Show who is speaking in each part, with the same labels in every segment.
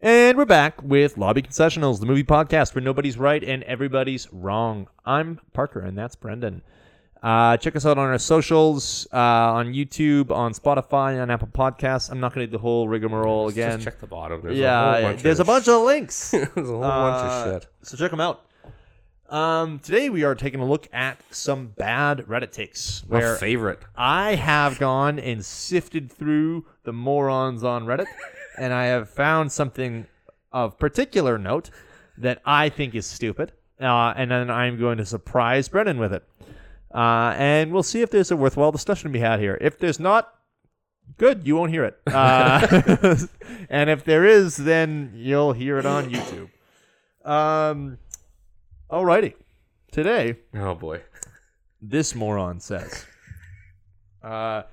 Speaker 1: And we're back with Lobby Concessionals, the movie podcast where nobody's right and everybody's wrong. I'm Parker, and that's Brendan. Uh, check us out on our socials, uh, on YouTube, on Spotify, on Apple Podcasts. I'm not going to do the whole rigmarole again.
Speaker 2: Just check the bottom. There's
Speaker 1: yeah,
Speaker 2: a whole bunch
Speaker 1: there's
Speaker 2: of
Speaker 1: a bunch of links.
Speaker 2: there's a whole
Speaker 1: Uh,
Speaker 2: bunch of shit.
Speaker 1: So check them out. Um, today we are taking a look at some bad Reddit takes
Speaker 2: My
Speaker 1: where
Speaker 2: favorite.
Speaker 1: I have gone and sifted through the morons on Reddit, and I have found something of particular note that I think is stupid, uh, and then I'm going to surprise Brennan with it. Uh, and we'll see if there's a worthwhile discussion to be had here. If there's not, good, you won't hear it. Uh, and if there is, then you'll hear it on YouTube. Um, alrighty. Today,
Speaker 2: Oh boy.
Speaker 1: this moron says. Uh,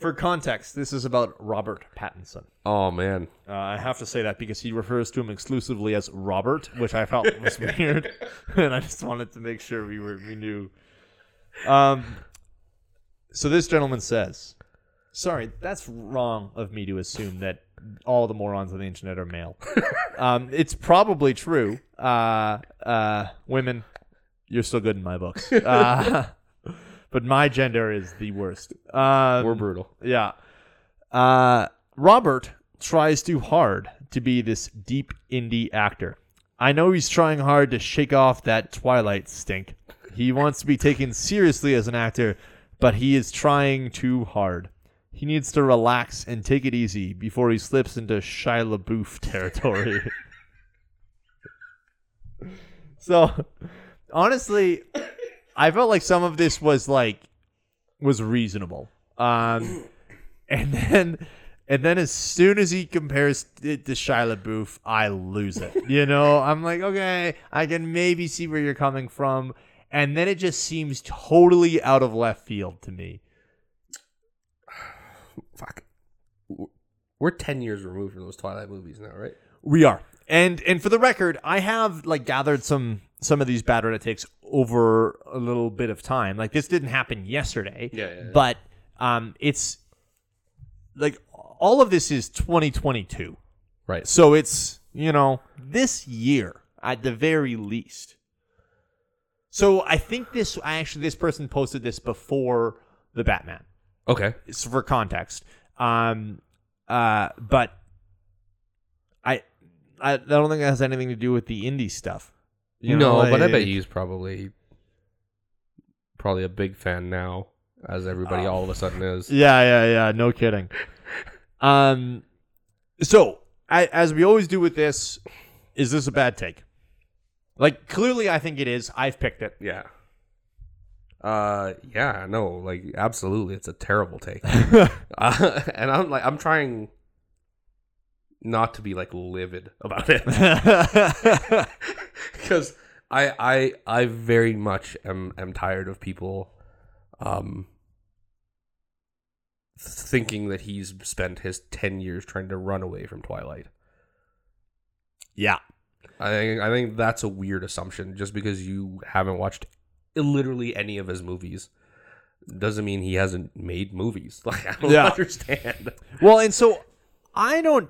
Speaker 1: for context, this is about Robert Pattinson.
Speaker 2: Oh man.
Speaker 1: Uh, I have to say that because he refers to him exclusively as Robert, which I felt was weird, and I just wanted to make sure we were we knew. Um, so this gentleman says, "Sorry, that's wrong of me to assume that all the morons on the internet are male. um, it's probably true. Uh, uh, women, you're still good in my books, uh, but my gender is the worst. Um,
Speaker 2: We're brutal.
Speaker 1: yeah. Uh, Robert tries too hard to be this deep indie actor. I know he's trying hard to shake off that Twilight stink. He wants to be taken seriously as an actor, but he is trying too hard. He needs to relax and take it easy before he slips into Shia LaBeouf territory. so, honestly, I felt like some of this was like was reasonable. Um, and then and then as soon as he compares it to Shia LaBeouf, I lose it. You know, I'm like, okay, I can maybe see where you're coming from, and then it just seems totally out of left field to me.
Speaker 2: Fuck. We're ten years removed from those Twilight movies now, right?
Speaker 1: We are. And and for the record, I have like gathered some some of these bad Reddit takes over a little bit of time. Like this didn't happen yesterday.
Speaker 2: Yeah, yeah, yeah.
Speaker 1: But um it's like all of this is 2022.
Speaker 2: Right.
Speaker 1: So it's, you know, this year at the very least. So I think this I actually this person posted this before the Batman
Speaker 2: Okay.
Speaker 1: s- for context. Um, uh, but I, I don't think it has anything to do with the indie stuff. You
Speaker 2: no,
Speaker 1: know,
Speaker 2: but I bet
Speaker 1: like-
Speaker 2: he's probably probably a big fan now, as everybody all of a sudden is.
Speaker 1: Yeah, yeah, yeah. No kidding. um, so I, as we always do with this, is this a bad take? Like clearly, I think it is. I've picked it.
Speaker 2: Yeah. Uh yeah, no, like absolutely it's a terrible take. uh, and I'm like I'm trying not to be like livid about it cuz I I I very much am am tired of people um thinking that he's spent his 10 years trying to run away from Twilight.
Speaker 1: yeah.
Speaker 2: I think I think that's a weird assumption. Just because you haven't watched literally any of his movies doesn't mean he hasn't made movies. Like I don't
Speaker 1: Yeah.
Speaker 2: understand.
Speaker 1: Well, and so I don't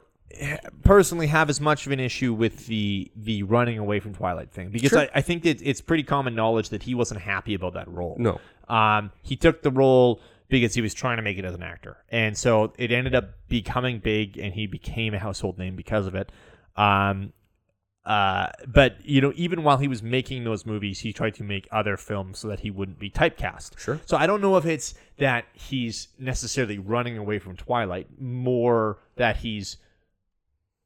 Speaker 1: personally have as much of an issue with the the running away from Twilight thing because
Speaker 2: Sure.
Speaker 1: I, I think that it's pretty common knowledge that he wasn't happy about that role.
Speaker 2: No.
Speaker 1: Um, he took the role because he was trying to make it as an actor, and so it ended up becoming big, and he became a household name because of it. Um, uh, but you know, even while he was making those movies, he tried to make other films so that he wouldn't be typecast.
Speaker 2: Sure.
Speaker 1: So I don't know if it's that he's necessarily running away from Twilight, more that he's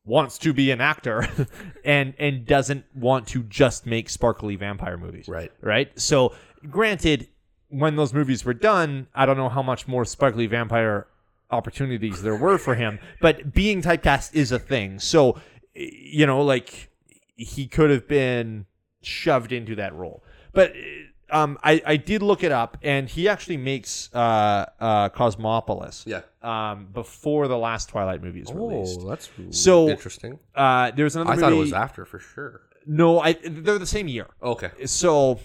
Speaker 1: wants to be an actor and and doesn't want to just make sparkly vampire movies.
Speaker 2: Right.
Speaker 1: Right? So granted, when those movies were done, I don't know how much more sparkly vampire opportunities there were for him, but being typecast is a thing. So y- you know, like he could have been shoved into that role. But um, I, I did look it up, and he actually makes uh, uh, Cosmopolis
Speaker 2: Yeah.
Speaker 1: um, before the last Twilight movie is released.
Speaker 2: that's
Speaker 1: So-
Speaker 2: interesting.
Speaker 1: Uh, there was another.
Speaker 2: I thought it
Speaker 1: movie-
Speaker 2: was after for sure.
Speaker 1: No, I they're the same year.
Speaker 2: Okay.
Speaker 1: So,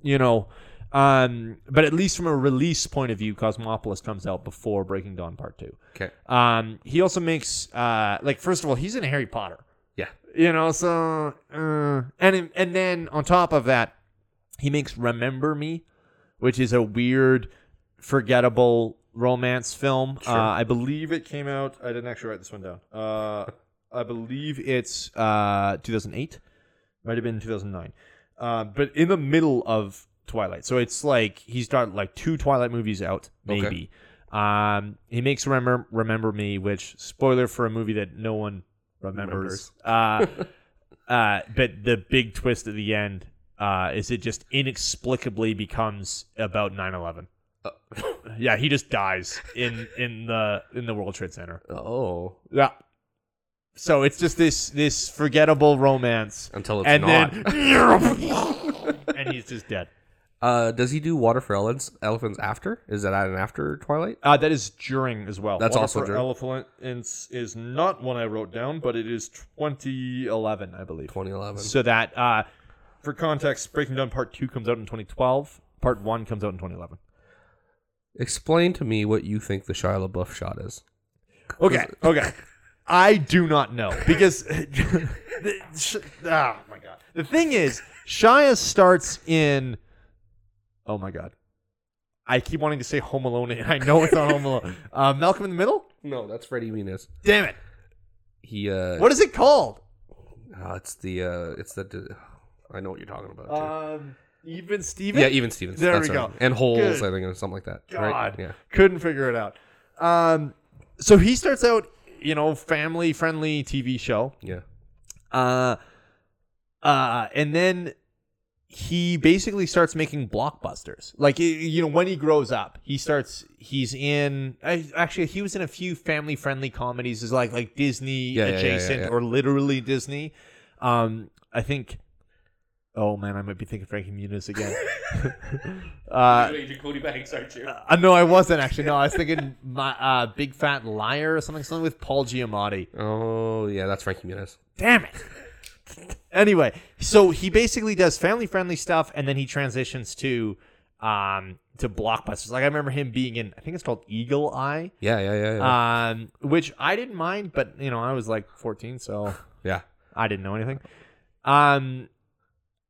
Speaker 1: you know, um, but at least from a release point of view, Cosmopolis comes out before Breaking Dawn Part Two.
Speaker 2: Okay.
Speaker 1: Um, he also makes uh, like first of all, he's in Harry Potter.
Speaker 2: Yeah.
Speaker 1: you know so uh, and and then on top of that he makes remember me which is a weird forgettable romance film uh, i believe it came out i didn't actually write this one down uh, i believe it's uh, 2008 might have been 2009 uh, but in the middle of twilight so it's like he's got like two twilight movies out maybe
Speaker 2: Okay.
Speaker 1: um, he makes remember remember me which spoiler for a movie that no one remembers. Uh, uh, but the big twist at the end uh, is it just inexplicably becomes about 9/11. yeah, he just dies in in the in the World Trade Center.
Speaker 2: Oh,
Speaker 1: Yeah. So it's just this this forgettable romance,
Speaker 2: until it's
Speaker 1: and
Speaker 2: not.
Speaker 1: then and he's just dead.
Speaker 2: Uh, does he do Water for Elephants, elephants after? Is that an after Twilight?
Speaker 1: Uh, that is during as well.
Speaker 2: That's
Speaker 1: Water
Speaker 2: also
Speaker 1: for
Speaker 2: during.
Speaker 1: Elephants is not one I wrote down, but it is 2011, I believe.
Speaker 2: 2011.
Speaker 1: So that, uh, for context, Breaking Down Part 2 comes out in 2012. Part 1 comes out in 2011.
Speaker 2: Explain to me what you think the Shia LaBeouf shot is.
Speaker 1: Okay, okay. I do not know because. the- sh- oh, my God. The thing is, Shia starts in. Oh, my God. I keep wanting to say Home Alone, and I know it's not Home Alone. Uh, Malcolm in the Middle?
Speaker 2: No, that's Freddie Venus.
Speaker 1: Damn it.
Speaker 2: He uh,
Speaker 1: What is it called?
Speaker 2: uh, it's the uh, it's the. I know what you're talking about. Too.
Speaker 1: Um, even Steven?
Speaker 2: yeah, even Stevens.
Speaker 1: there
Speaker 2: that's
Speaker 1: we
Speaker 2: right.
Speaker 1: go.
Speaker 2: And holes,
Speaker 1: Good
Speaker 2: I think, or something like that.
Speaker 1: God.
Speaker 2: Right? Yeah.
Speaker 1: Couldn't figure it out. Um, so he starts out, you know, family friendly TV show.
Speaker 2: Yeah.
Speaker 1: Uh, uh, and then he basically starts making blockbusters. Like, y- you know, when he grows up, he starts, he's in, I, actually, he was in a few family friendly comedies, is like, like Disney
Speaker 2: Yeah, yeah, yeah,
Speaker 1: adjacent
Speaker 2: yeah, yeah.
Speaker 1: or literally Disney. Um, I think, oh man, I might be thinking Frankie Muniz again. uh,
Speaker 2: Cody Banks, aren't you?
Speaker 1: Uh, no, I wasn't actually. No, I was thinking my uh, big fat liar or something, something with Paul Giamatti.
Speaker 2: Oh yeah, that's Frankie Muniz.
Speaker 1: Damn it. anyway, so he basically does family friendly stuff, and then he transitions to um to blockbusters. Like I remember him being in, I think it's called Eagle Eye,
Speaker 2: Yeah, yeah, yeah, yeah.
Speaker 1: um, which I didn't mind, but you know I was like 14, so
Speaker 2: yeah.
Speaker 1: I didn't know anything. Um,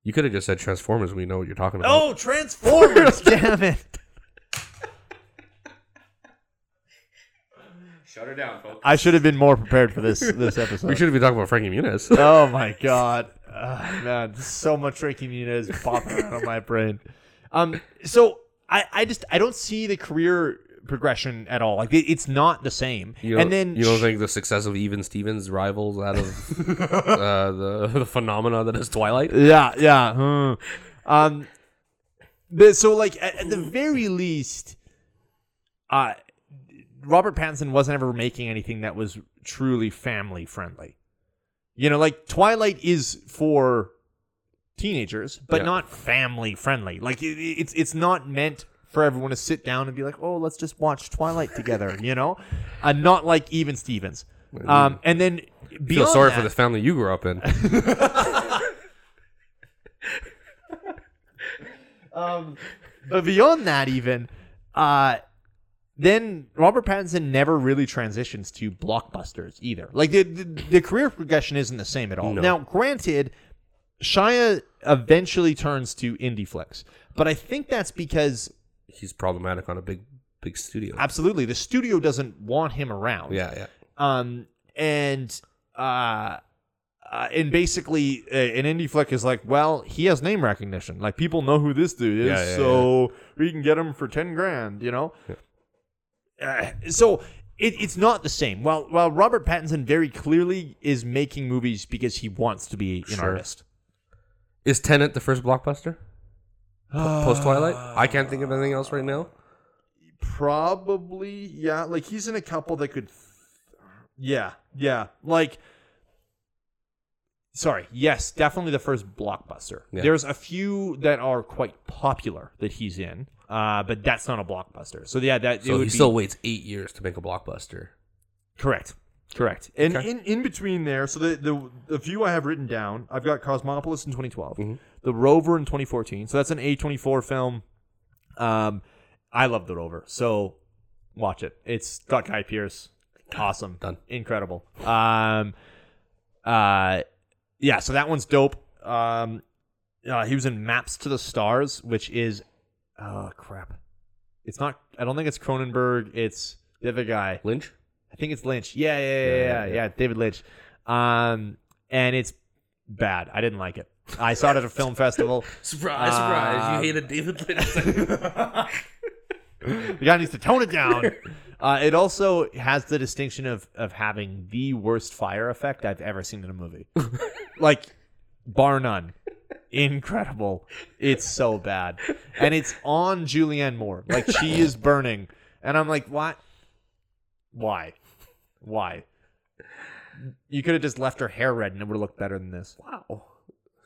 Speaker 2: You could have just said Transformers. We know what you're talking about.
Speaker 1: oh, Transformers! damn it.
Speaker 2: shut her down, folks.
Speaker 1: I should have been more prepared for this this episode.
Speaker 2: We should have been talking about Frankie Muniz.
Speaker 1: Oh my god, Ah, man! So much Ricky Muniz popping out of my brain. Um, so I, I just I don't see the career progression at all. Like it, it's not the same.
Speaker 2: You
Speaker 1: and
Speaker 2: don't-
Speaker 1: then
Speaker 2: you don't think the success of Even Stevens rivals that of uh, the the phenomena that is Twilight?
Speaker 1: yeah, yeah. hmm. Um, the, so like at, at the very least, uh, Robert Pattinson wasn't ever making anything that was truly family friendly. You know, like Twilight is for teenagers, but
Speaker 2: Yeah.
Speaker 1: not family friendly. Like it, it- it's it's not meant for everyone to sit down and be like, "Oh, let's just watch Twilight together," you know? Uh, not like even Stevens. Um, and then
Speaker 2: Feel
Speaker 1: beyond
Speaker 2: sorry
Speaker 1: that-
Speaker 2: for the family you grew up in.
Speaker 1: um, but beyond that, even uh, then Robert Pattinson never really transitions to blockbusters either. Like the the, the career progression isn't the same at all.
Speaker 2: No.
Speaker 1: Now, granted, Shia eventually turns to indie flicks, but I think that's because
Speaker 2: He's problematic on a big big studio.
Speaker 1: absolutely the studio doesn't want him around.
Speaker 2: Yeah, yeah.
Speaker 1: um, and uh, uh, and basically uh, an indie flick is like, well, he has name recognition, like people know who this dude is,
Speaker 2: Yeah, yeah,
Speaker 1: so we can get him for ten grand, you know. Uh, so it, it's not the same. While while Robert Pattinson very clearly is making movies because he wants to be an
Speaker 2: Sure.
Speaker 1: artist.
Speaker 2: Is Tenet the first blockbuster? Post Twilight? I can't think of anything else right now.
Speaker 1: Probably, yeah. Like he's in a couple that could. Yeah, yeah. Like, sorry, yes, definitely the first blockbuster.
Speaker 2: Yeah.
Speaker 1: There's a few that are quite popular that he's in, uh, but that's not a blockbuster. So yeah, that it
Speaker 2: So
Speaker 1: would
Speaker 2: he
Speaker 1: be
Speaker 2: still waits eight years to make a blockbuster.
Speaker 1: correct. Correct. And
Speaker 2: Okay.
Speaker 1: in, in between there, so the, the the few I have written down, I've got Cosmopolis in 2012, The Rover in 2014. So that's an A24 film. Um, I love The Rover, so watch it. It's got Guy Pierce. Awesome.
Speaker 2: Done.
Speaker 1: Incredible. Um, uh, yeah, so that one's dope. Um, uh, he was in Maps to the Stars, which is, oh crap, it's not. I don't think it's Cronenberg. It's the other guy.
Speaker 2: Lynch.
Speaker 1: I think it's Lynch. Yeah, yeah, yeah, yeah, yeah,
Speaker 2: yeah.
Speaker 1: David Lynch. Um, and it's bad. I didn't like it. I saw it at a film festival.
Speaker 2: Surprise,
Speaker 1: Um,
Speaker 2: surprise! You hated David Lynch.
Speaker 1: The guy needs to tone it down. Uh, it also has the distinction of of having the worst fire effect I've ever seen in a movie, like bar none. Incredible! It's so bad, and it's on Julianne Moore. Like she is burning, and I'm like, what? Why? Why? You could have just left her hair red, and it would have looked better than this.
Speaker 2: wow.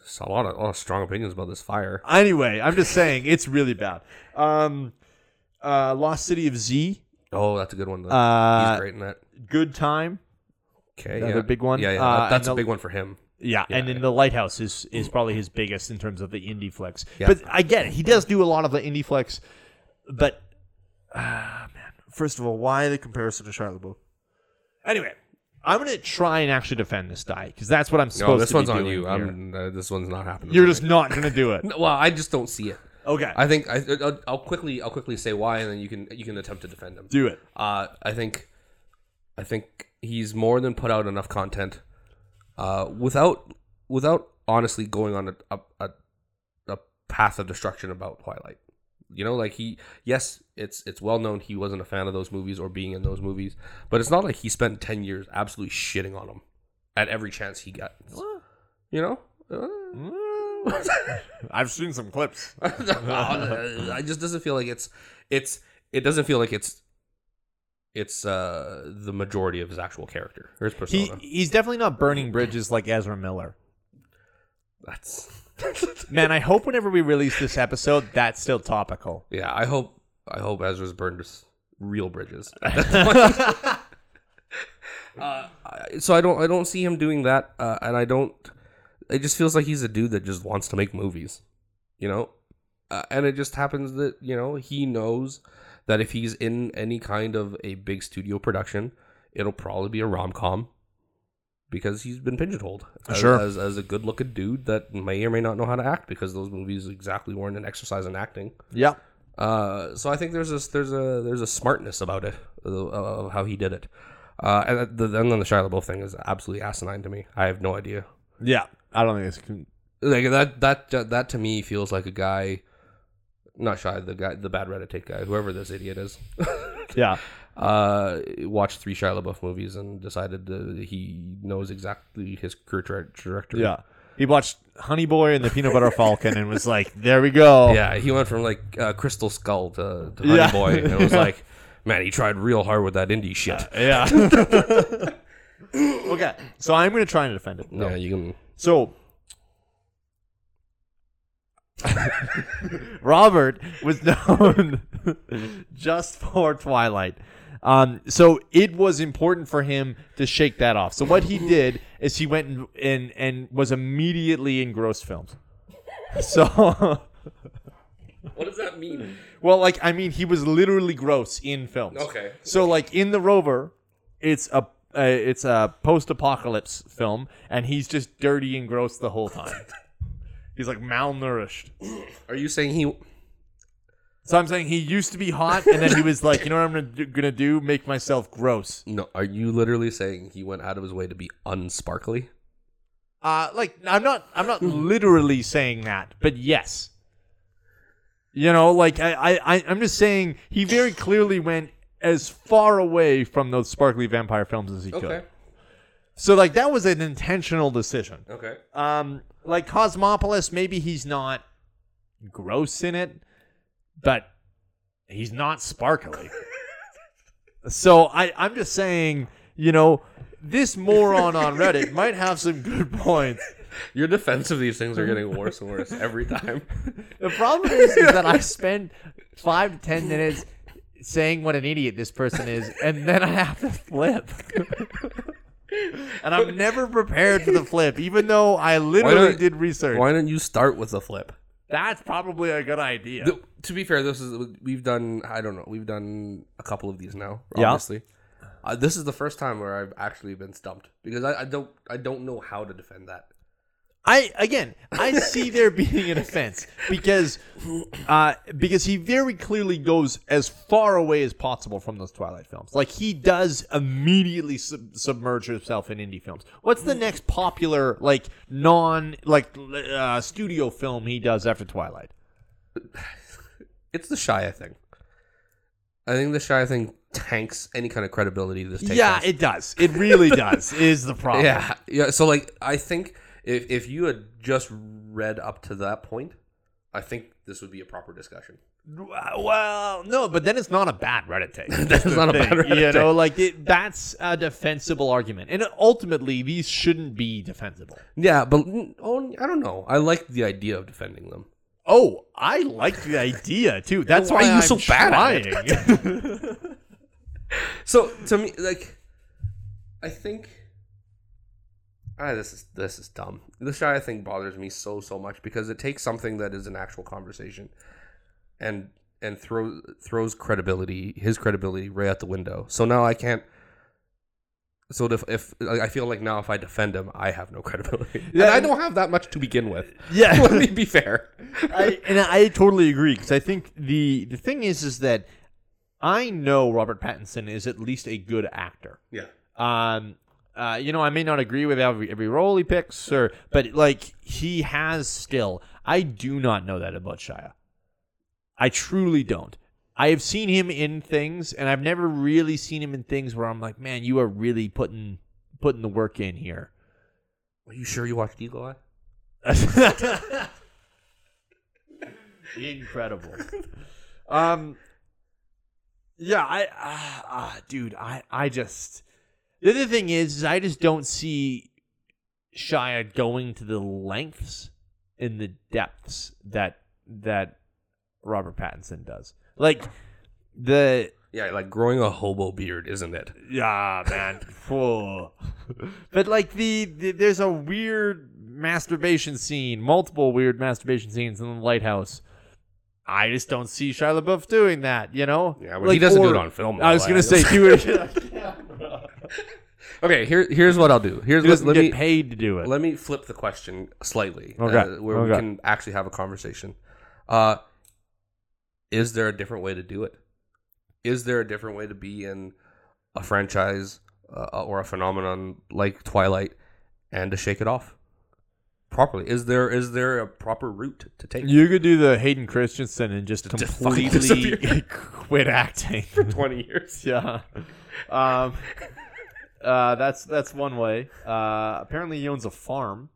Speaker 2: It's a lot of, a lot of strong opinions about this fire.
Speaker 1: Anyway, I'm just saying it's really bad. Um, uh, Lost City of Z,
Speaker 2: Oh, that's a good one. Though.
Speaker 1: Uh,
Speaker 2: He's great in that.
Speaker 1: good time.
Speaker 2: Okay,
Speaker 1: another
Speaker 2: yeah.
Speaker 1: big one.
Speaker 2: Yeah, yeah.
Speaker 1: Uh,
Speaker 2: that-
Speaker 1: and
Speaker 2: that's a
Speaker 1: the-
Speaker 2: big one for him.
Speaker 1: Yeah, and then the Lighthouse is is probably his biggest in terms of the indie flex.
Speaker 2: Mm. Yeah.
Speaker 1: But I get it; he does do a lot of the indie flex. But ah, man, first of all, why the comparison to Charlotte LeBeau? Anyway, I'm gonna try and actually defend this guy because that's what I'm supposed
Speaker 2: No, Oh, this
Speaker 1: to
Speaker 2: one's
Speaker 1: be
Speaker 2: on
Speaker 1: doing
Speaker 2: you.
Speaker 1: here.
Speaker 2: I'm, uh, this one's not happening.
Speaker 1: You're just not gonna do it.
Speaker 2: No, well, I just don't see it.
Speaker 1: Okay,
Speaker 2: I think I, I'll, I'll quickly I'll quickly say why, and then you can you can attempt to defend him.
Speaker 1: do it.
Speaker 2: Uh, I think, I think he's more than put out enough content, uh, without without honestly going on a a, a a path of destruction about Twilight. You know, like he yes, it's it's well known he wasn't a fan of those movies or being in those movies, but it's not like he spent ten years absolutely shitting on them at every chance he got. You know. Uh,
Speaker 1: I've seen some clips.
Speaker 2: I just doesn't feel like it's it's it doesn't feel like it's it's uh the majority of his actual character or his
Speaker 1: He
Speaker 2: persona.
Speaker 1: he's definitely not burning bridges like Ezra Miller.
Speaker 2: That's
Speaker 1: Man, I hope whenever we release this episode, that's still topical.
Speaker 2: yeah. I hope I hope Ezra's burned his real bridges. I- so I don't I don't see him doing that, uh, and I don't. It just feels like he's a dude that just wants to make movies, you know. Uh, and it just happens that you know he knows that if he's in any kind of a big studio production, it'll probably be a rom com because he's been pigeonholed as,
Speaker 1: Sure.
Speaker 2: as, as a good looking dude that may or may not know how to act because those movies exactly weren't an exercise in acting.
Speaker 1: yeah.
Speaker 2: Uh, so I think there's this there's a there's a smartness about it uh, of how he did it. Uh, and the, and then the Shia LaBeouf thing is absolutely asinine to me. I have no idea.
Speaker 1: Yeah, I don't think it's. Con-
Speaker 2: Like that that that to me feels like a guy, not Shia, the guy, the bad Reddit guy, whoever this idiot is,
Speaker 1: yeah,
Speaker 2: uh, watched three Shia LaBeouf movies and decided that he knows exactly his career tra- trajectory.
Speaker 1: yeah. He watched Honey Boy and the Peanut Butter Falcon and was like, "There we go."
Speaker 2: Yeah, he went from like uh, Crystal Skull to, to Honey
Speaker 1: Yeah.
Speaker 2: Boy, and it was like, man, he tried real hard with that indie shit.
Speaker 1: yeah. okay, so I'm gonna try and defend it.
Speaker 2: Yeah, you can.
Speaker 1: So. Robert was known just for Twilight. Um, so it was important for him to shake that off. So what he did is he went and and, and was immediately in gross films. So
Speaker 2: What does that mean?
Speaker 1: Well, like I mean, he was literally gross in films.
Speaker 2: Okay.
Speaker 1: So like in the Rover, it's a uh, it's a post-apocalypse film, and he's just dirty and gross the whole time. he's like malnourished.
Speaker 2: Are you saying he?
Speaker 1: So I'm saying he used to be hot, and then he was like, you know what I'm gonna do, gonna do? Make myself gross.
Speaker 2: No. Are you literally saying he went out of his way to be unsparkly?
Speaker 1: Uh, like I'm not I'm not literally saying that, but yes. You know, like I, I I- I'm just saying he very clearly went as far away from those sparkly vampire films as he could. So like that was an intentional decision.
Speaker 2: Okay.
Speaker 1: Um, like Cosmopolis, maybe he's not gross in it, but he's not sparkly. so I, I'm just saying, you know, this moron on Reddit might have some good points.
Speaker 2: Your defense of these things are getting worse and worse every time.
Speaker 1: The problem is, is that I spend five to ten minutes saying what an idiot this person is, and then I have to flip. and I'm never prepared for the flip, even though I literally
Speaker 2: don't-
Speaker 1: did research.
Speaker 2: Why don't you start with the flip?
Speaker 1: That's probably a good idea.
Speaker 2: Th- to be fair, this is we've done. I don't know. We've done a couple of these now.
Speaker 1: Yeah.
Speaker 2: Obviously, uh, this is the first time where I've actually been stumped because I, I don't. I don't know how to defend that.
Speaker 1: I again, I see there being an offense because uh, because he very clearly goes as far away as possible from those Twilight films. Like he does immediately sub- submerge himself in indie films. What's the next popular like non like uh, studio film he does after Twilight?
Speaker 2: It's the Shia thing. I think the Shia thing tanks any kind of credibility this takes.
Speaker 1: yeah,
Speaker 2: us.
Speaker 1: it does. It really does. Is the problem?
Speaker 2: yeah, yeah. So like, I think if if you had just read up to that point, I think this would be a proper discussion.
Speaker 1: Well, no, but then it's not a bad Reddit take.
Speaker 2: That's not a
Speaker 1: thing,
Speaker 2: bad Reddit
Speaker 1: You
Speaker 2: take.
Speaker 1: know, like it, that's a defensible argument, and ultimately these shouldn't be defensible.
Speaker 2: Yeah, but mm, oh, I don't know. I like the idea of defending them.
Speaker 1: Oh, I like the idea too. That's why,
Speaker 2: Why are you
Speaker 1: I'm
Speaker 2: so bad at
Speaker 1: trying.
Speaker 2: So to me, like, I think. Ah, this is this is dumb. The Shia thing bothers me so so much because it takes something that is an actual conversation, and and throws throws credibility his credibility right out the window. So now I can't. So if if like, I feel like now if I defend him, I have no credibility, and I don't have that much to begin with.
Speaker 1: Yeah.
Speaker 2: let me be fair.
Speaker 1: I, and I totally agree because I think the the thing is is that I know Robert Pattinson is at least a good actor.
Speaker 2: Yeah,
Speaker 1: Um, uh, you know, I may not agree with every every role he picks, or but like he has still. I do not know that about Shia. I truly don't. I have seen him in things, and I've never really seen him in things where I'm like, man, you are really putting putting the work in here.
Speaker 2: are you sure you watched Eagle Eye?
Speaker 1: Incredible. Um, yeah, I, ah, ah, dude, I, I just. The other thing is, is I just don't see Shia going to the lengths and the depths that that Robert Pattinson does. Like the
Speaker 2: Yeah, like growing a hobo beard, isn't it?
Speaker 1: yeah, man. Whoa. but like the, the there's a weird masturbation scene, multiple weird masturbation scenes in the lighthouse. I just don't see Shia LaBeouf doing that, you know?
Speaker 2: Yeah, but he doesn't do it on film,
Speaker 1: I was
Speaker 2: though,
Speaker 1: gonna
Speaker 2: I-
Speaker 1: say do it. He
Speaker 2: Okay, here here's what I'll do. Here's let,
Speaker 1: doesn't
Speaker 2: let
Speaker 1: get
Speaker 2: me
Speaker 1: paid to do it.
Speaker 2: let me flip the question slightly, uh,
Speaker 1: Okay,
Speaker 2: where we
Speaker 1: okay.
Speaker 2: can actually have a conversation. Uh, is there a different way to do it? Is there a different way to be in a franchise uh, or a phenomenon like Twilight and to shake it off properly? Is there is there a proper route to take?
Speaker 1: You could do the Hayden Christensen and just
Speaker 2: Just fucking
Speaker 1: completely quit acting.
Speaker 2: Twenty years.
Speaker 1: yeah. Um, uh, that's that's one way. Uh, apparently he owns a farm,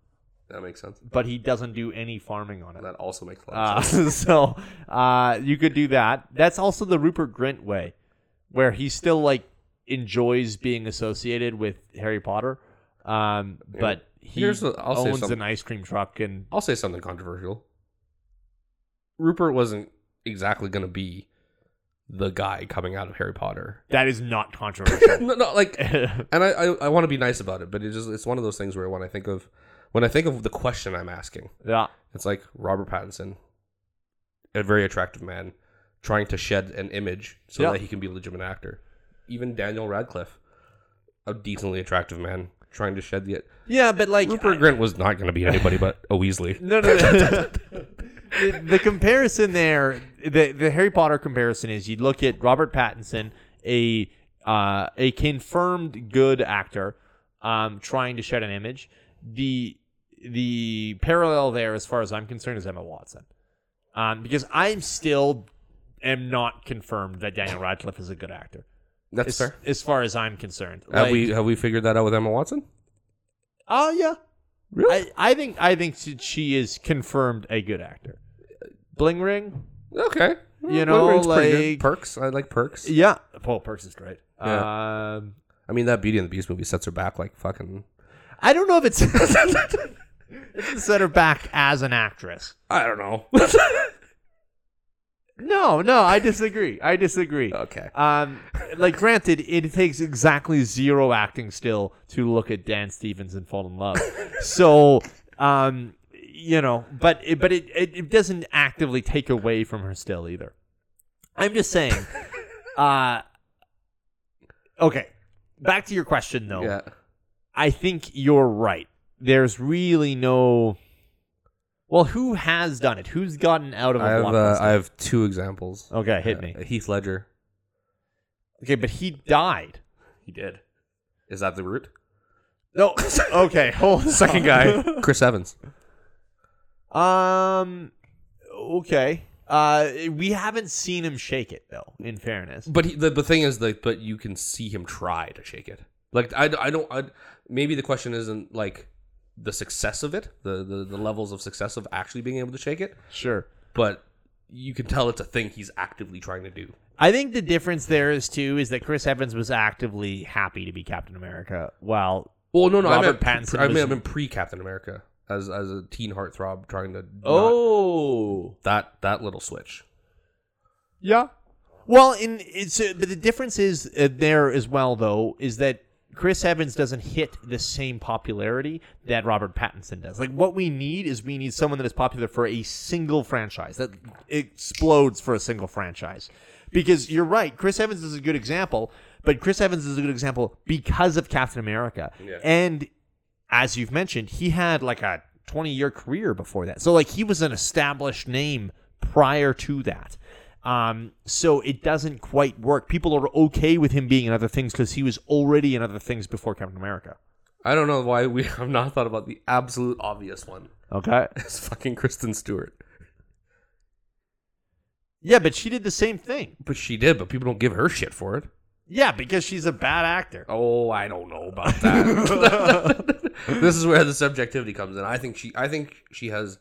Speaker 2: That makes sense.
Speaker 1: but he doesn't do any farming on it.
Speaker 2: That also makes a lot of
Speaker 1: Uh, so uh, you could do that. That's also the Rupert Grint way, where he still like enjoys being associated with Harry Potter, um, but he
Speaker 2: Here's the- I'll say
Speaker 1: owns
Speaker 2: something.
Speaker 1: an ice cream truck and
Speaker 2: I'll say something controversial. Rupert wasn't exactly going to be the guy coming out of Harry Potter.
Speaker 1: that is not controversial.
Speaker 2: no, no, like, and I, I, I want to be nice about it, but it's just it's one of those things where when I think of when I think of the question I'm asking,
Speaker 1: yeah,
Speaker 2: it's like Robert Pattinson, a very attractive man, trying to shed an image so
Speaker 1: Yeah.
Speaker 2: that he can be a legitimate actor. Even Daniel Radcliffe, a decently attractive man, trying to shed the.
Speaker 1: yeah, but like
Speaker 2: Rupert Grint was not going to be anybody but a Weasley.
Speaker 1: No, no, no. the, the comparison there, the the Harry Potter comparison is you look at Robert Pattinson, a uh, a confirmed good actor, um, trying to shed an image. The the parallel there, as far as I'm concerned, is Emma Watson, um, because I'm still am not confirmed that Daniel Radcliffe is a good actor.
Speaker 2: That's
Speaker 1: As,
Speaker 2: fair.
Speaker 1: as far as I'm concerned,
Speaker 2: Have
Speaker 1: Like,
Speaker 2: Uh, we have we figured that out with Emma Watson?
Speaker 1: Oh yeah,
Speaker 2: Really?
Speaker 1: I, I think I think she- she is confirmed a good actor. Bling ring,
Speaker 2: Okay.
Speaker 1: You
Speaker 2: Blood
Speaker 1: know,
Speaker 2: Rain's pretty good.
Speaker 1: like-
Speaker 2: perks. I like perks.
Speaker 1: yeah. Paul Perks is great. Um,
Speaker 2: I mean, that Beauty and the Beast movie sets her back like fucking.
Speaker 1: I don't know if it's it's set her back as an actress.
Speaker 2: I don't know.
Speaker 1: No, no, I disagree. I disagree.
Speaker 2: okay.
Speaker 1: Um, like granted, it takes exactly zero acting still to look at Dan Stevens and fall in love. so, um, you know, but it, but it, it it doesn't actively take away from her still either. I'm just saying. uh, okay, back to your question though.
Speaker 2: Yeah.
Speaker 1: I think you're right there's really no. Well, who has done it? Who's gotten out of a
Speaker 2: I have uh,
Speaker 1: blockbuster?
Speaker 2: I have two examples.
Speaker 1: okay, Oh, hit
Speaker 2: Uh,
Speaker 1: me.
Speaker 2: Heath Ledger.
Speaker 1: Okay, but he died.
Speaker 2: He did. Is that the root?
Speaker 1: No. Okay, hold.
Speaker 2: Second guy, Chris Evans.
Speaker 1: Um. Okay. Uh, we haven't seen him shake it though. In fairness,
Speaker 2: But he, the the thing is that but you can see him try to shake it. Like I, I don't I, maybe the question isn't like the success of it, the, the the levels of success of actually being able to shake it,
Speaker 1: sure.
Speaker 2: but you can tell it's a thing he's actively trying to do.
Speaker 1: I think the difference there is too is that Chris Evans was actively happy to be Captain America, while
Speaker 2: Well, no, no, I
Speaker 1: Robert
Speaker 2: meant
Speaker 1: Pattinson
Speaker 2: I
Speaker 1: was-
Speaker 2: mean, I've been pre Captain America as as a teen heartthrob trying to not-
Speaker 1: oh
Speaker 2: that that little switch.
Speaker 1: yeah. Well, in it's uh, but the difference is uh, there as well though is that Chris Evans doesn't hit the same popularity that Robert Pattinson does. Like what we need is we need someone that is popular for a single franchise that explodes for a single franchise. Because you're right, Chris Evans is a good example, but Chris Evans is a good example because of Captain America.
Speaker 2: Yeah.
Speaker 1: And as you've mentioned, he had like a 20 year career before that. So, like, he was an established name prior to that. Um, so it doesn't quite work. People are okay with him being in other things because he was already in other things before Captain America.
Speaker 2: I don't know why we have not thought about the absolute obvious one.
Speaker 1: Okay.
Speaker 2: It's fucking Kristen Stewart.
Speaker 1: Yeah, but she did the same thing.
Speaker 2: But she did, but people don't give her shit for it.
Speaker 1: Yeah, because she's a bad actor.
Speaker 2: Oh, I don't know about that. this is where the subjectivity comes in. I think she I think she has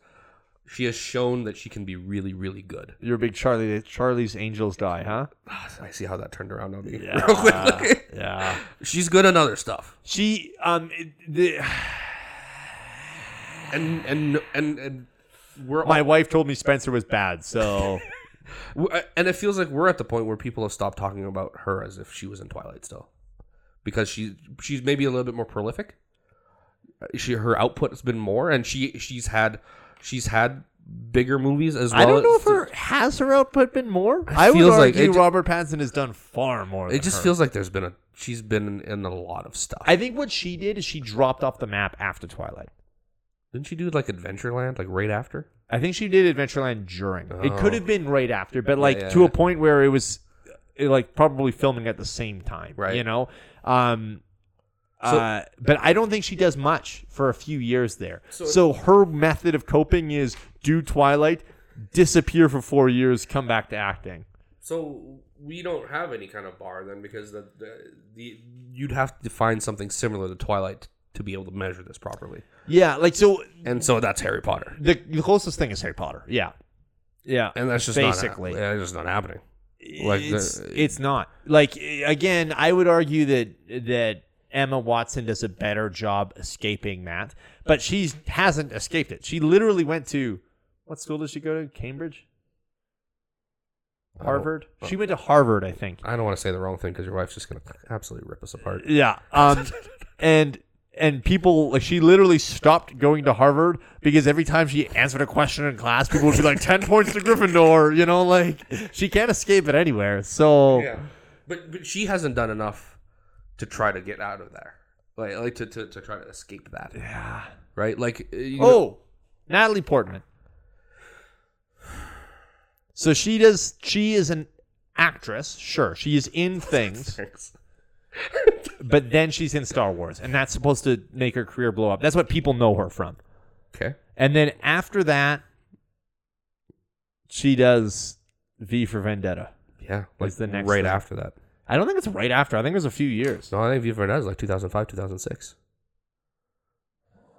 Speaker 2: she has shown that she can be really, really good.
Speaker 1: You're a big Charlie. Charlie's Angels Die, huh?
Speaker 2: Ah, I see how that turned around on me real quick.
Speaker 1: Yeah.
Speaker 2: She's good on other stuff.
Speaker 1: She, um, it- the,
Speaker 2: And and and and we're
Speaker 1: my wife told me Spencer was bad, so.
Speaker 2: We're- and it feels like we're at the point where people have stopped talking about her as if she was in Twilight still, because she she's maybe a little bit more prolific. Uh, She her output has been more, and she she's had she's had bigger movies as well.
Speaker 1: I don't know
Speaker 2: as-
Speaker 1: if her has her output been more. I would
Speaker 2: feels like-
Speaker 1: argue
Speaker 2: it ju-
Speaker 1: Robert Pattinson has done far more.
Speaker 2: It just feels like there's been a she's been in a lot of stuff.
Speaker 1: I think what she did is she dropped off the map after Twilight.
Speaker 2: Didn't she do like Adventureland like right after?
Speaker 1: I think she did Adventureland during. It could
Speaker 2: Oh.
Speaker 1: have been right after, but like
Speaker 2: yeah,
Speaker 1: to
Speaker 2: yeah.
Speaker 1: a point where it was, uh, like probably filming at the same time.
Speaker 2: Right.
Speaker 1: You know. Um.
Speaker 2: So-
Speaker 1: uh, but I don't think she does much for a few years there. So,
Speaker 2: So-
Speaker 1: her method of coping is do Twilight, disappear for four years, come back to acting.
Speaker 2: So we don't have any kind of bar then, because the, the the you'd have to find something similar to Twilight to be able to measure this properly.
Speaker 1: Yeah, like so
Speaker 2: And so that's Harry Potter.
Speaker 1: the, the closest thing is Harry Potter. Yeah. Yeah.
Speaker 2: and that's just
Speaker 1: Basically.
Speaker 2: not, yeah, it's just not happening. Like the-
Speaker 1: it's it's not like eh, again i would argue that that emma watson does a better job escaping that but she hasn't escaped it she literally went to what school did she go to cambridge
Speaker 2: I don't-
Speaker 1: harvard she went to harvard i think
Speaker 2: I don't want to say the wrong thing because your wife's just gonna absolutely rip us apart.
Speaker 1: yeah um and and people like she literally stopped going to harvard because every time she answered a question in class people would be like 10 points to gryffindor you know like she can't escape it anywhere so
Speaker 2: Yeah, but but she hasn't done enough to try to get out of there, like like to to, to try to escape that. Yeah, right. Like uh, you know-
Speaker 1: Oh, Natalie Portman. So she does. She is an actress. Sure, she is in things,
Speaker 2: Thanks.
Speaker 1: but then she's in Star Wars, and that's supposed to make her career blow up. That's what people know her from.
Speaker 2: Okay.
Speaker 1: And then after that, she does V for Vendetta.
Speaker 2: Yeah, like
Speaker 1: It's the next
Speaker 2: right
Speaker 1: thing.
Speaker 2: after that.
Speaker 1: I don't think it's right after. I think it was a few years.
Speaker 2: No, I think Viva Vendetta is like 2005, 2006.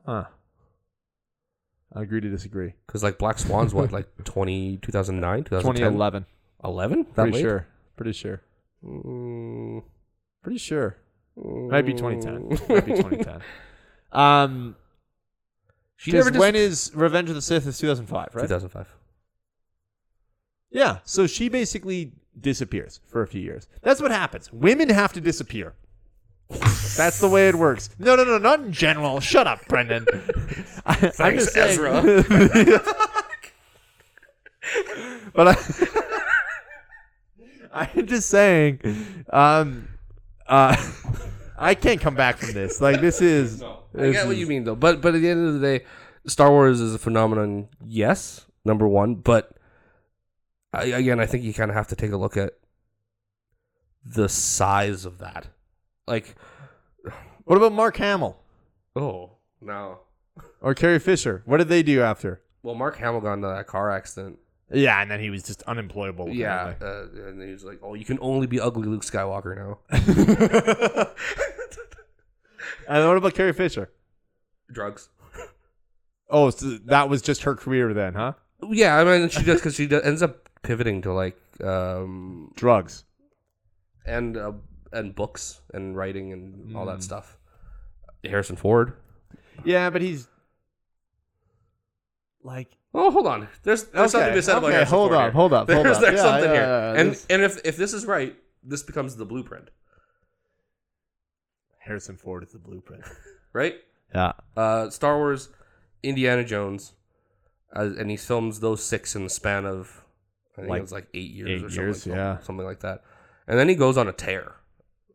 Speaker 1: Huh. I agree to disagree.
Speaker 2: Because like Black Swan's what like 20, 2009, 2010?
Speaker 1: 2011.
Speaker 2: 11? That
Speaker 1: Pretty
Speaker 2: late?
Speaker 1: sure. Pretty sure.
Speaker 2: Mm,
Speaker 1: Pretty sure. Might be 2010. Might be 2010. Um,
Speaker 2: She
Speaker 1: Because
Speaker 2: never just,
Speaker 1: when is Revenge of the Sith? Is 2005, right?
Speaker 2: 2005.
Speaker 1: Yeah. So she basically disappears for a few years. That's what happens. Women have to disappear. That's the way it works. No, no, no, not in general. Shut up, Brendan. I, Thanks,
Speaker 2: Thanks,
Speaker 1: but I, I'm just saying, um, uh, I can't come back from this. Like this is.
Speaker 2: I
Speaker 1: this
Speaker 2: get what you
Speaker 1: is-
Speaker 2: mean though. But but at the end of the day, Star Wars is a phenomenon. Yes, number one. But I, again, I think you kind of have to take a look at the size of that. Like,
Speaker 1: What about Mark Hamill
Speaker 2: oh no.
Speaker 1: or Carrie Fisher? What did they do after?
Speaker 2: Well, Mark Hamill got into that car accident.
Speaker 1: Yeah, and then he was just unemployable.
Speaker 2: Yeah, uh, and he was like, "Oh, you can only be ugly Luke Skywalker now."
Speaker 1: apparently. and what about Carrie Fisher?
Speaker 2: Drugs.
Speaker 1: Oh, so that was just her career then, huh?
Speaker 2: Yeah, I mean, she does because she does, ends up pivoting to like um,
Speaker 1: Drugs.
Speaker 2: and uh, and books and writing and all
Speaker 1: Mm.
Speaker 2: that stuff. Harrison Ford.
Speaker 1: Yeah, but he's like
Speaker 2: Oh, hold on. There's there's something to be said about
Speaker 1: okay,
Speaker 2: Harrison
Speaker 1: hold
Speaker 2: Ford
Speaker 1: up,
Speaker 2: here.
Speaker 1: hold up, hold
Speaker 2: There's,
Speaker 1: up.
Speaker 2: there's
Speaker 1: Yeah,
Speaker 2: something
Speaker 1: yeah,
Speaker 2: here.
Speaker 1: yeah,
Speaker 2: and
Speaker 1: this-
Speaker 2: and if if this is right, this becomes the blueprint,
Speaker 1: Harrison Ford is the blueprint.
Speaker 2: right?
Speaker 1: Yeah.
Speaker 2: Uh, Star Wars, Indiana Jones, uh, and he films those six in the span of I think
Speaker 1: Like,
Speaker 2: it was like eight years
Speaker 1: eight
Speaker 2: or something,
Speaker 1: years,
Speaker 2: like,
Speaker 1: yeah.
Speaker 2: something like that. And then he goes on a tear.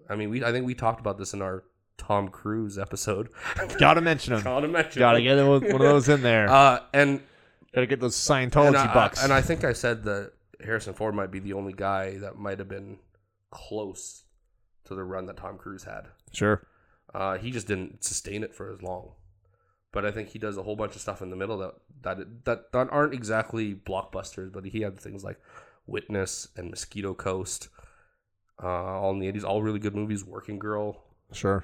Speaker 2: I mean, we I think we talked about this in our Tom Cruise episode.
Speaker 1: Gotta mention him.
Speaker 2: Gotta mention
Speaker 1: Gotta
Speaker 2: him.
Speaker 1: get one of those in there.
Speaker 2: Uh, and
Speaker 1: Gotta get those
Speaker 2: and
Speaker 1: Scientology
Speaker 2: I,
Speaker 1: bucks.
Speaker 2: and I think I said that Harrison Ford might be the only guy that might have been close to the run that Tom Cruise had.
Speaker 1: sure.
Speaker 2: Uh, he just didn't sustain it for as long. But I think he does a whole bunch of stuff in the middle that that that, that aren't exactly blockbusters, but he had things like Witness and Mosquito Coast, uh, all in the eighties, all really good movies. Working Girl,
Speaker 1: Sure.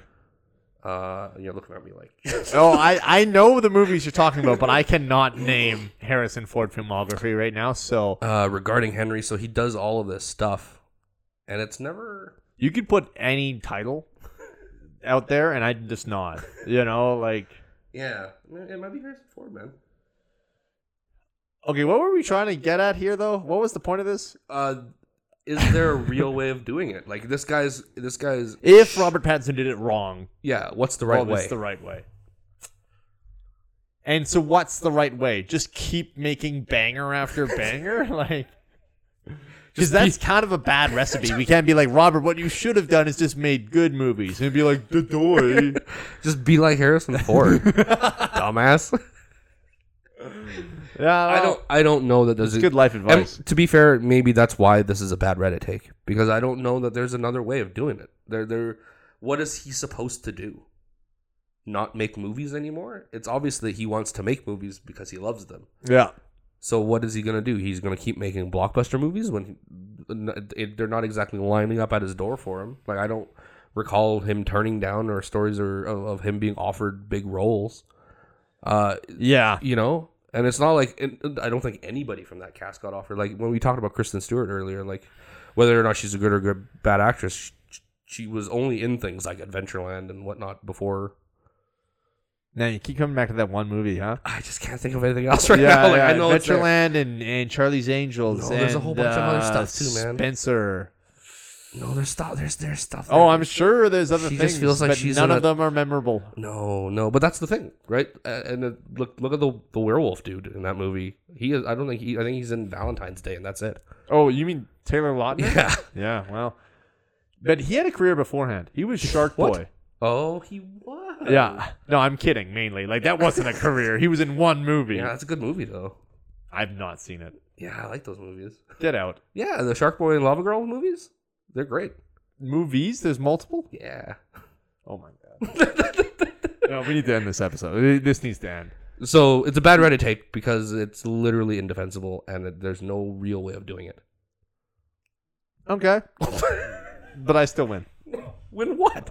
Speaker 2: uh, you're looking at me like,
Speaker 1: Oh, I, I know the movies you're talking about, but I cannot name Harrison Ford filmography right now. So
Speaker 2: uh, regarding Henry. So he does all of this stuff, and it's never
Speaker 1: you could put any title out there, and I'd just nod. You know, like
Speaker 2: Yeah, it might be Harrison Ford, man.
Speaker 1: okay, what were we trying to get at here, though? What was the point of this?
Speaker 2: Uh, is there a real way of doing it? Like this guy's, this guy's,
Speaker 1: If Robert Pattinson did it wrong,
Speaker 2: yeah. What's Oh, the right
Speaker 1: well,
Speaker 2: way?
Speaker 1: it's the right way. And so, what's the right way? Just keep making banger after banger, like. Because that's kind of a bad recipe. We can't be like Robert. What you should have done is just made good movies and be like the toy.
Speaker 2: Just be like Harrison Ford, dumbass.
Speaker 1: Yeah,
Speaker 2: I don't, I don't know that there's
Speaker 1: It's
Speaker 2: a-
Speaker 1: good life
Speaker 2: and
Speaker 1: advice.
Speaker 2: to be fair, maybe that's why this is a bad Reddit take because I don't know that there's another way of doing it. There, there. What is he supposed to do? Not make movies anymore? It's obvious that he wants to make movies because he loves them.
Speaker 1: yeah,
Speaker 2: So what is he gonna do? He's gonna keep making blockbuster movies when he, n- it- they're not exactly lining up at his door for him. Like I don't recall him turning down or stories or of, of him being offered big roles. Uh,
Speaker 1: yeah,
Speaker 2: you know, and it's not like and I don't think anybody from that cast got offered. Like when we talked about Kristen Stewart earlier, like whether or not she's a good or good bad actress, she, she was only in things like Adventureland and whatnot before.
Speaker 1: Now you keep coming back to that one movie, huh?
Speaker 2: I just can't think of anything else right
Speaker 1: yeah,
Speaker 2: now. Like
Speaker 1: yeah.
Speaker 2: I know it's there.
Speaker 1: Adventureland and, and Charlie's Angels.
Speaker 2: No, there's a
Speaker 1: and,
Speaker 2: whole bunch of other
Speaker 1: uh,
Speaker 2: stuff too, man.
Speaker 1: Spencer.
Speaker 2: No, there's stuff. There's there's stuff.
Speaker 1: Oh, I'm sure there's other
Speaker 2: She
Speaker 1: things,
Speaker 2: just feels like
Speaker 1: but
Speaker 2: she's
Speaker 1: none of
Speaker 2: in a-
Speaker 1: them are memorable.
Speaker 2: No, no, but that's the thing, right? Uh, And uh, look, look at the the werewolf dude in that movie. He is. I don't think he. I think he's in Valentine's Day, and that's it.
Speaker 1: Oh, you mean Taylor Lautner?
Speaker 2: Yeah.
Speaker 1: Yeah, well, but he had a career beforehand. He was Shark
Speaker 2: What?
Speaker 1: Boy.
Speaker 2: Oh, he was.
Speaker 1: Yeah. No, I'm kidding. Mainly, like that wasn't a career. He was in one movie.
Speaker 2: Yeah, that's a good movie though.
Speaker 1: I've not seen it.
Speaker 2: Yeah, I like those movies.
Speaker 1: Get out.
Speaker 2: Yeah, the Shark Boy and Lava Girl movies. They're great.
Speaker 1: Movies? There's multiple.
Speaker 2: Yeah.
Speaker 1: Oh my god. no, we need to end this episode. This needs to end.
Speaker 2: So it's a bad Reddit take because it's literally indefensible, and it, there's no real way of doing it.
Speaker 1: Okay. but I still win.
Speaker 2: When what?